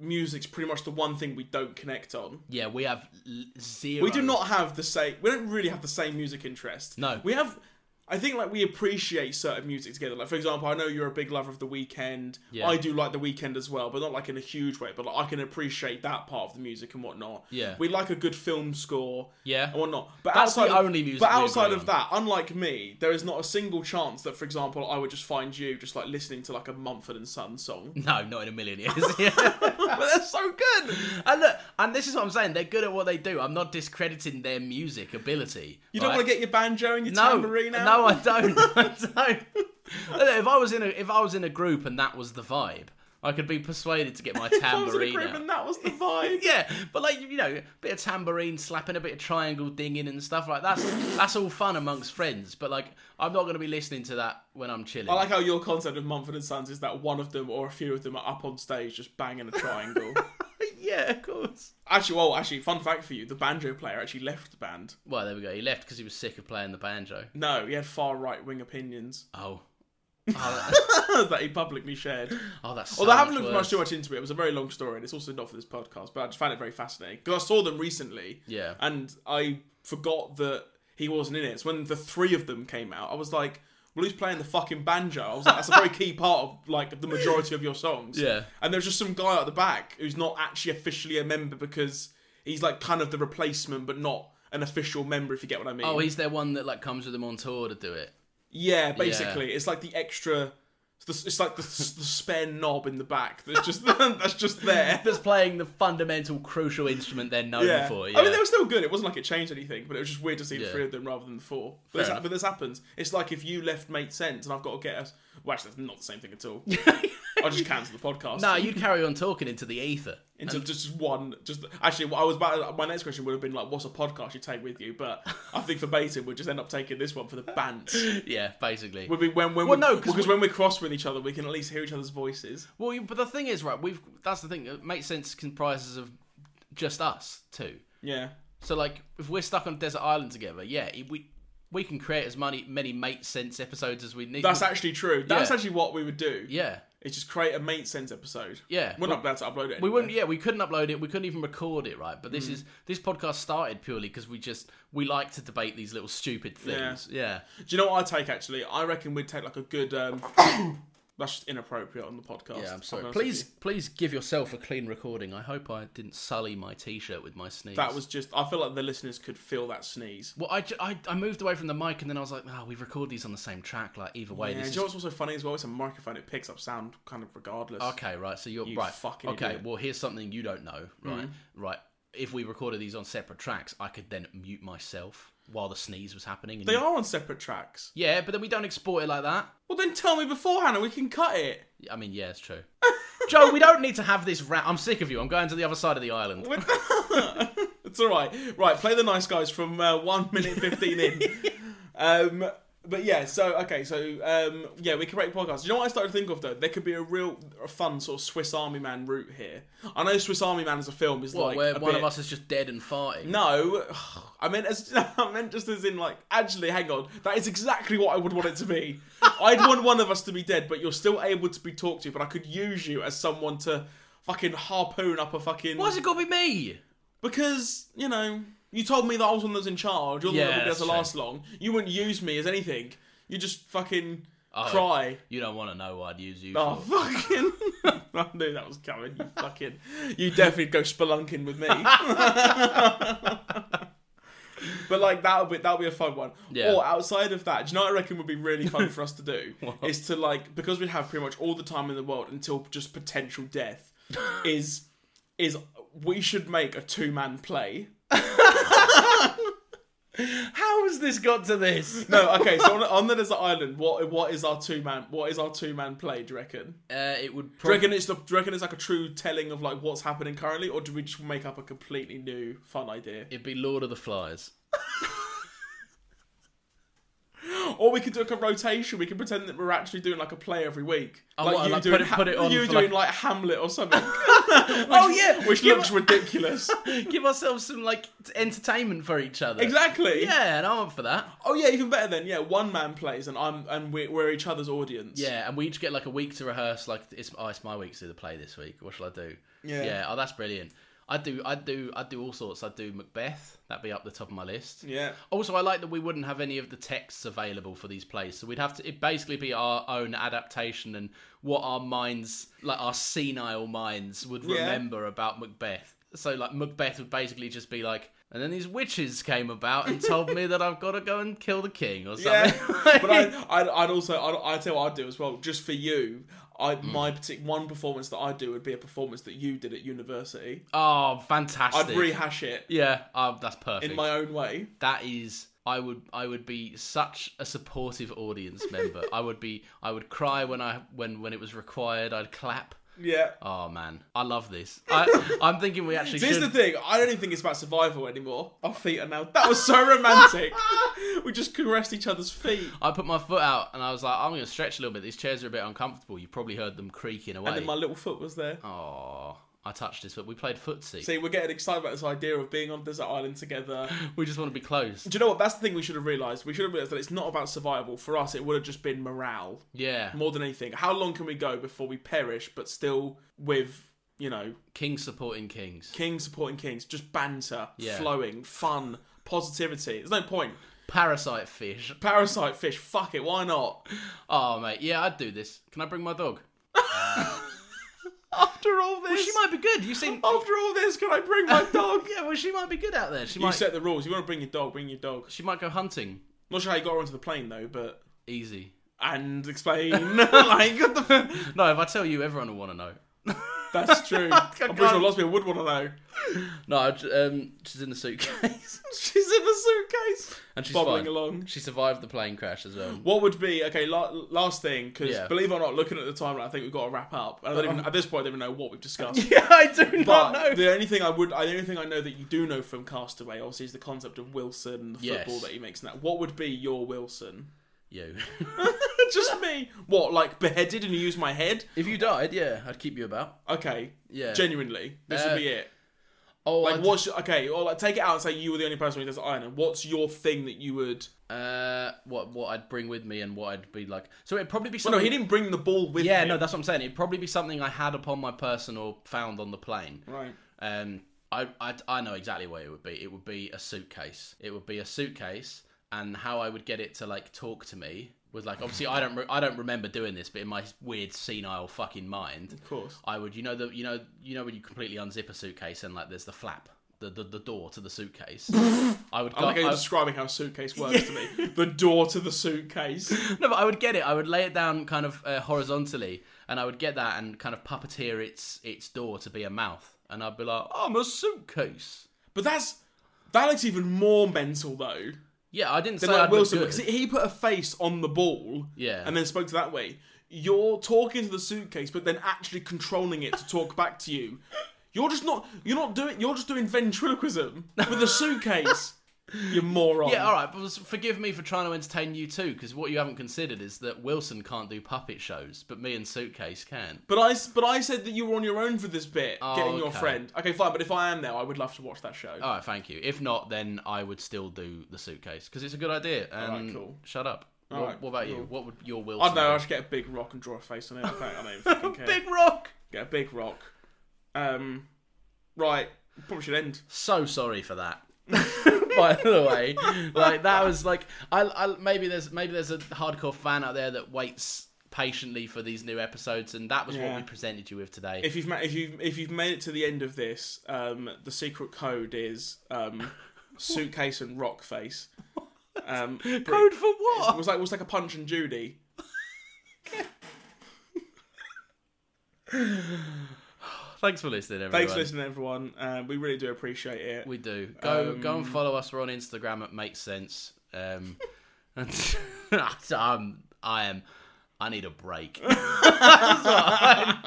music's pretty much the one thing we don't connect on?
Yeah, we have l- zero.
We do not have the same. We don't really have the same music interest.
No.
we have. I think like we appreciate certain music together. Like for example, I know you're a big lover of The Weekend.
Yeah.
I do like The Weekend as well, but not like in a huge way. But like, I can appreciate that part of the music and whatnot.
Yeah.
we like a good film score.
Yeah.
and whatnot. But
That's the
outside of,
only music
But
we agree
outside of
on.
that, unlike me, there is not a single chance that, for example, I would just find you just like listening to like a Mumford and Son song.
(laughs) No, not in a million years. Yeah.
but they're so good.
and look, and this is what I'm saying. They're good at what they do. I'm not discrediting their music ability.
You don't want to get your banjo and your
no,
tambourine out.
No, I don't. (laughs) I don't. Look, if I was in a if I was in a group and that was the vibe, I could be persuaded to get my
(laughs) (laughs) If I was in a
tambourine
group
out.
and that was the vibe.
Yeah, but like you know, a bit of tambourine slapping, a bit of triangle dinging and stuff like that's that's all fun amongst friends. But like, I'm not going to be listening to that when I'm chilling.
I like how your concept of Mumford and Sons is that one of them or a few of them are up on stage just banging a triangle.
(laughs) yeah, of course.
actually, well, actually, fun fact for you: the banjo player actually left the band.
Well, there we go. He left because he was sick of playing the banjo.
No, he had far right wing opinions (laughs)
Oh, oh, that,
that he publicly shared.
oh that's.
Although I haven't
much
looked
worse.
much too much into it. It was a very long story, and it's also not for this podcast. But I just found it very fascinating because I saw them recently.
Yeah.
and I forgot that he wasn't in it. So when the three of them came out, I was like. Well, who's playing the fucking banjo? I was like, that's a very key part of like the majority of your songs.
Yeah.
And there's just some guy at the back who's not actually officially a member because he's like kind of the replacement, but not an official member. If you get what I mean.
Oh, he's their one that like comes with them on tour to do it.
Yeah, basically, it's like the extra. It's the- it's like the, the spare knob in the back that's just (laughs) that's just there.
That's playing the fundamental crucial instrument they're known
Yeah.
for.
I
yeah.
mean they were still good. It wasn't like it changed anything, but it was just weird to see the
Yeah.
three of them rather than the four. But
Fair
this,
enough.
but this happens. It's like if you left made sense, and I've got to get us.
(laughs)
Well, actually, that's not the same thing at all. I just cancel the
(laughs)
podcast.
No, you'd carry on talking into the ether.
into just one. Just actually, what I was about. My next question would have been like, "What's a podcast you take with you?" But I think verbatim, we'll just end up taking this one for the bants.
yeah, basically.
Would be when when
Well,
we,
no, 'cause
because when we're cross with each other, we can at least hear each other's voices.
Well, you, but the thing is, right? We've that's the thing. It makes sense comprises of just us too.
Yeah,
So like, if we're stuck on a desert island together, yeah, it- we we can create as many many mate sense episodes as we need.
that's actually true. That's
Yeah.
actually what we would do.
yeah,
Is just create a mate sense episode.
yeah.
We're not allowed to upload it.
We
anywhere.
wouldn't. Yeah, we couldn't upload it. We couldn't even record it, right? But
Mm.
this is this podcast started purely because we just we like to debate these little stupid things. Yeah,
Do you know what I take actually? I reckon we'd take like a good. um (coughs) That's just inappropriate on the podcast.
yeah. I'm sorry.
I'll be
Please,
honest with you.
please give yourself a clean recording. I hope I didn't sully my t-shirt with my sneeze.
That was just. I feel like the listeners could feel that sneeze.
Well, I, ju- I, I moved away from the mic and then I was like, oh, we record these on the same track. Like, either way,
Yeah,
this
do
is
you know what's also funny as well? It's a microphone. It picks up sound kind of
(laughs)
regardless.
Okay, right. So you're right.
fucking
okay.
idiot. Mm.
Well, here's something you don't know. Right. Right. If we recorded these on separate tracks, I could then mute myself while the sneeze was happening. And
They
you-
are on separate tracks.
Yeah, but then we don't export it like that.
Well, then tell me beforehand and we can cut it.
I mean, yeah, it's true. (laughs) Joe, we don't need to have this rant. I'm sick of you. I'm going to the other side of the island.
it's all right. Right, play the nice guys from uh, one minute fifteen
(laughs)
in. um, but yeah, so okay, so um, yeah, we can rate podcasts. You know what I started to think of though? There could be a real a fun sort of Swiss Army Man route here. I know Swiss Army Man as a film is
What,
like
where
a
one
bit-
of us is just dead and farting.
No, (sighs) I meant as (laughs) I meant just as in like actually, hang on, that is exactly what I would want it to
(laughs)
be. I'd want one of us to be dead, but you're still able to be talked to. But I could use you as someone to fucking harpoon up a fucking.
Why's it got to be me?
Because, you know, you told me that I was one that was in charge. You're the
Yeah,
one that
that's
doesn't
true.
last long. You wouldn't use me as anything. You just fucking
Oh.
cry.
You don't want to know what I'd use you
Oh,
for.
(laughs) fucking. I knew that was coming. You fucking. You definitely go spelunking
(laughs)
with me. but, like, that would be, that would be a fun one.
Yeah.
Or outside of that, do you know what I reckon would be really fun for us to
(laughs)
do? Is to, like, because we have pretty much all the time in the world until just potential
(laughs)
death, is is we should make a two man play.
How has this got to (laughs) this?
No, okay. So on, the- on the desert island, what what is our two man? What is our two man play? Do you reckon?
Uh, it would
Do you
probably.
reckon it's the, do you reckon it's like a true telling of like what's happening currently, or do we just make up a completely new fun idea?
It'd be Lord of the Flies.
Or we could do like a rotation. We could pretend that we're actually doing like a play every week,
what,
you
like,
doing
put it- put it on
you
for,
doing
like-
like Hamlet or
(laughs)
something.
oh yeah,
which
give, (laughs)
looks ridiculous.
give ourselves some like t- entertainment for each other.
exactly.
Yeah, and I'm up for that.
Oh yeah, even better then. Yeah, one man plays, and I'm and we're, we're each other's audience.
Yeah, and we each get like a week to rehearse. Like it's oh, it's my week to do the play this week. What shall I do?
Yeah.
yeah. Oh, that's brilliant. I do, I do, I do all sorts. I would do Macbeth. That'd be up the top of my list.
Yeah.
Also, I like that we wouldn't have any of the texts available for these plays, so we'd have to. It basically be our own adaptation and what our minds, like our senile minds, would
Yeah.
remember about Macbeth. So, like Macbeth would basically just be like, and then these witches came about and told me that I've got to go and kill the king or something. (laughs)
Yeah, (laughs) but I, I'd, I'd also I'd, I'd tell you what I'd do as well. Just for you, I my partic- one performance that I do would be a performance that you did at university.
oh,
I'd
fantastic!
rehash it
yeah, oh, that's perfect.
in my own way.
that is I would I would be such a supportive audience member. I would be I would cry when I when when it was required. I'd clap.
Yeah.
Oh man, I love this.
(laughs)
I, I'm thinking we actually
So Here's
should.
the thing. I don't even think it's about survival anymore. Our feet are now. That was so (laughs) romantic. we just caressed each other's feet,
I put my foot out and I was like, I'm going to stretch a little bit. These chairs are a bit uncomfortable. You probably heard them creaking away.
and my little foot was there.
Oh. Aw, I touched his foot. We played footsie.
See, we're getting excited about this idea of being on desert island together.
we just want to be close.
Do you know what? That's the thing we should have realised. We should have realised that it's not about survival. For us, it would have just been morale.
Yeah,
more than anything. How long can we go before we perish, but still with you know
kings supporting kings.
kings supporting kings, just banter,
Yeah.
flowing, fun, positivity. There's no point.
Parasite fish.
Parasite fish, fuck it, why not?
Oh mate, yeah, I'd do this. Can I bring my dog?
After all this,
She might be good. You
(laughs)
seem.
after all this, can I bring (laughs) my dog?
Yeah, well, she might be good out there. She
you
might.
set the rules. You want to bring your dog, bring your dog.
She might go hunting.
Not sure how you got her onto the plane though, but
Easy.
(laughs)
(laughs)
and explain (laughs) like what the.
No, if I tell you, everyone will want to know.
(laughs) That's true. I'm pretty sure lots of people would want to know.
No, j- um, she's in the suitcase
(laughs)
(laughs)
She's in the suitcase,
and she's
bobbling
fine.
along.
She survived the plane crash as well.
What would be okay? La- last thing, because
Yeah. Uh-huh.
believe it or not, looking at the timeline, I think we've got to wrap up. I don't even, at this point, I don't even know what we've discussed.
(laughs) Yeah, I do
But the only thing I would, the only thing I know that you do know from Castaway, obviously, is the concept of Wilson and the
Yes.
football that he makes. Now, what would be your Wilson? (laughs)
You.
Just me? What? Like beheaded and you use my head?
(laughs) if you died, yeah, I'd keep you about.
Okay,
Yeah.
genuinely, this
Uh,
would be it.
oh,
Like,
I'd-
what's your, okay? Or like, take it out and say you were the only person who does Iron. Man. What's your thing that you would?
Uh, what what I'd bring with me and what I'd be like. So it'd probably be
Well, Oh, no,
something.
he didn't bring the ball with.
yeah,
him.
no, that's what I'm saying. It'd probably be something I had upon my person or found on the plane.
right.
Um, I, I I know exactly what it would be. It would be a suitcase. It would be a suitcase, and how I would get it to like talk to me was like obviously I don't re- I don't remember doing this, but in my weird senile fucking mind,
Of course.
I would you know the you know you know when you completely unzip a suitcase and like there's the flap. The, the, the door to the
(laughs)
suitcase. I would go.
I like how you're
I-
describing how suitcase works to me. The door to the suitcase.
(laughs) No, but I would get it. I would lay it down kind of uh, horizontally, and I would get that and kind of puppeteer its its door to be a mouth, and I'd be like, "Oh, "I'm a suitcase."
But that's that looks even more mental though
Yeah, I didn't
than
say
like
I'd
Wilson
look
because
good.
he put a face on the ball.
Yeah.
And then spoke to that way. You're talking to the suitcase, but then actually controlling it to talk back to you. You're just not. You're not doing. You're just doing ventriloquism with
(laughs)
a suitcase. you moron.
Yeah, all right. But forgive me for trying to entertain you too, because what you haven't considered is that Wilson can't do puppet shows, but me and Suitcase can.
But I, s- but I said that you were on your own for this bit, getting your
Oh, okay.
friend. Okay, fine. But if I am there, I would love to watch that show.
All right, thank you. If not, then I would still do the suitcase because it's a good idea. And
right, cool.
Shut up. What,
right,
what about you?
cool.
What would your Wilson?
I don't know. I
be?
should get a big rock and draw a face on it. I don't, I
(laughs)
don't fucking care.
Big Rock.
Get a big rock. Um, right. Probably should
(laughs)
end.
so sorry for that. (laughs) By the way, like that was like I, I maybe there's maybe there's a hardcore fan out there that waits patiently for these new episodes, and that was
Yeah.
what we presented you with today.
If you've ma- if you've if you've made it to the end of this, um, the secret code is um, suitcase and rock face. Um,
(laughs)
pretty-
Code for
It
what?
was like it was like a punch and Judy.
Thanks for listening, everyone.
Thanks for listening, everyone. Um, we really do appreciate it.
We do go
Um,
go and follow us. We're on Instagram at Makes Sense. Um, (laughs) and I'm, I am. I need a break. (laughs) That's what I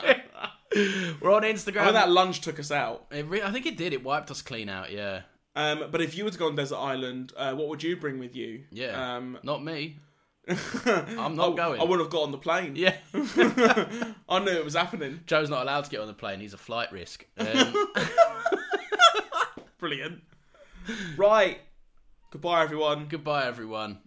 need. We're on
I know
Instagram.
Oh, that lunch took us out.
It re- I think it did. It wiped us clean out. Yeah,
Um, but if you were to go on desert island, uh, what would you bring with you?
yeah.
Um, (laughs)
Not me. I'm not
I-
going.
I would have got on the plane.
Yeah,
(laughs) I knew it was happening.
Joe's not allowed to get on the plane. He's a flight risk. Um, (laughs)
Brilliant. Right. Goodbye, everyone.
goodbye, everyone.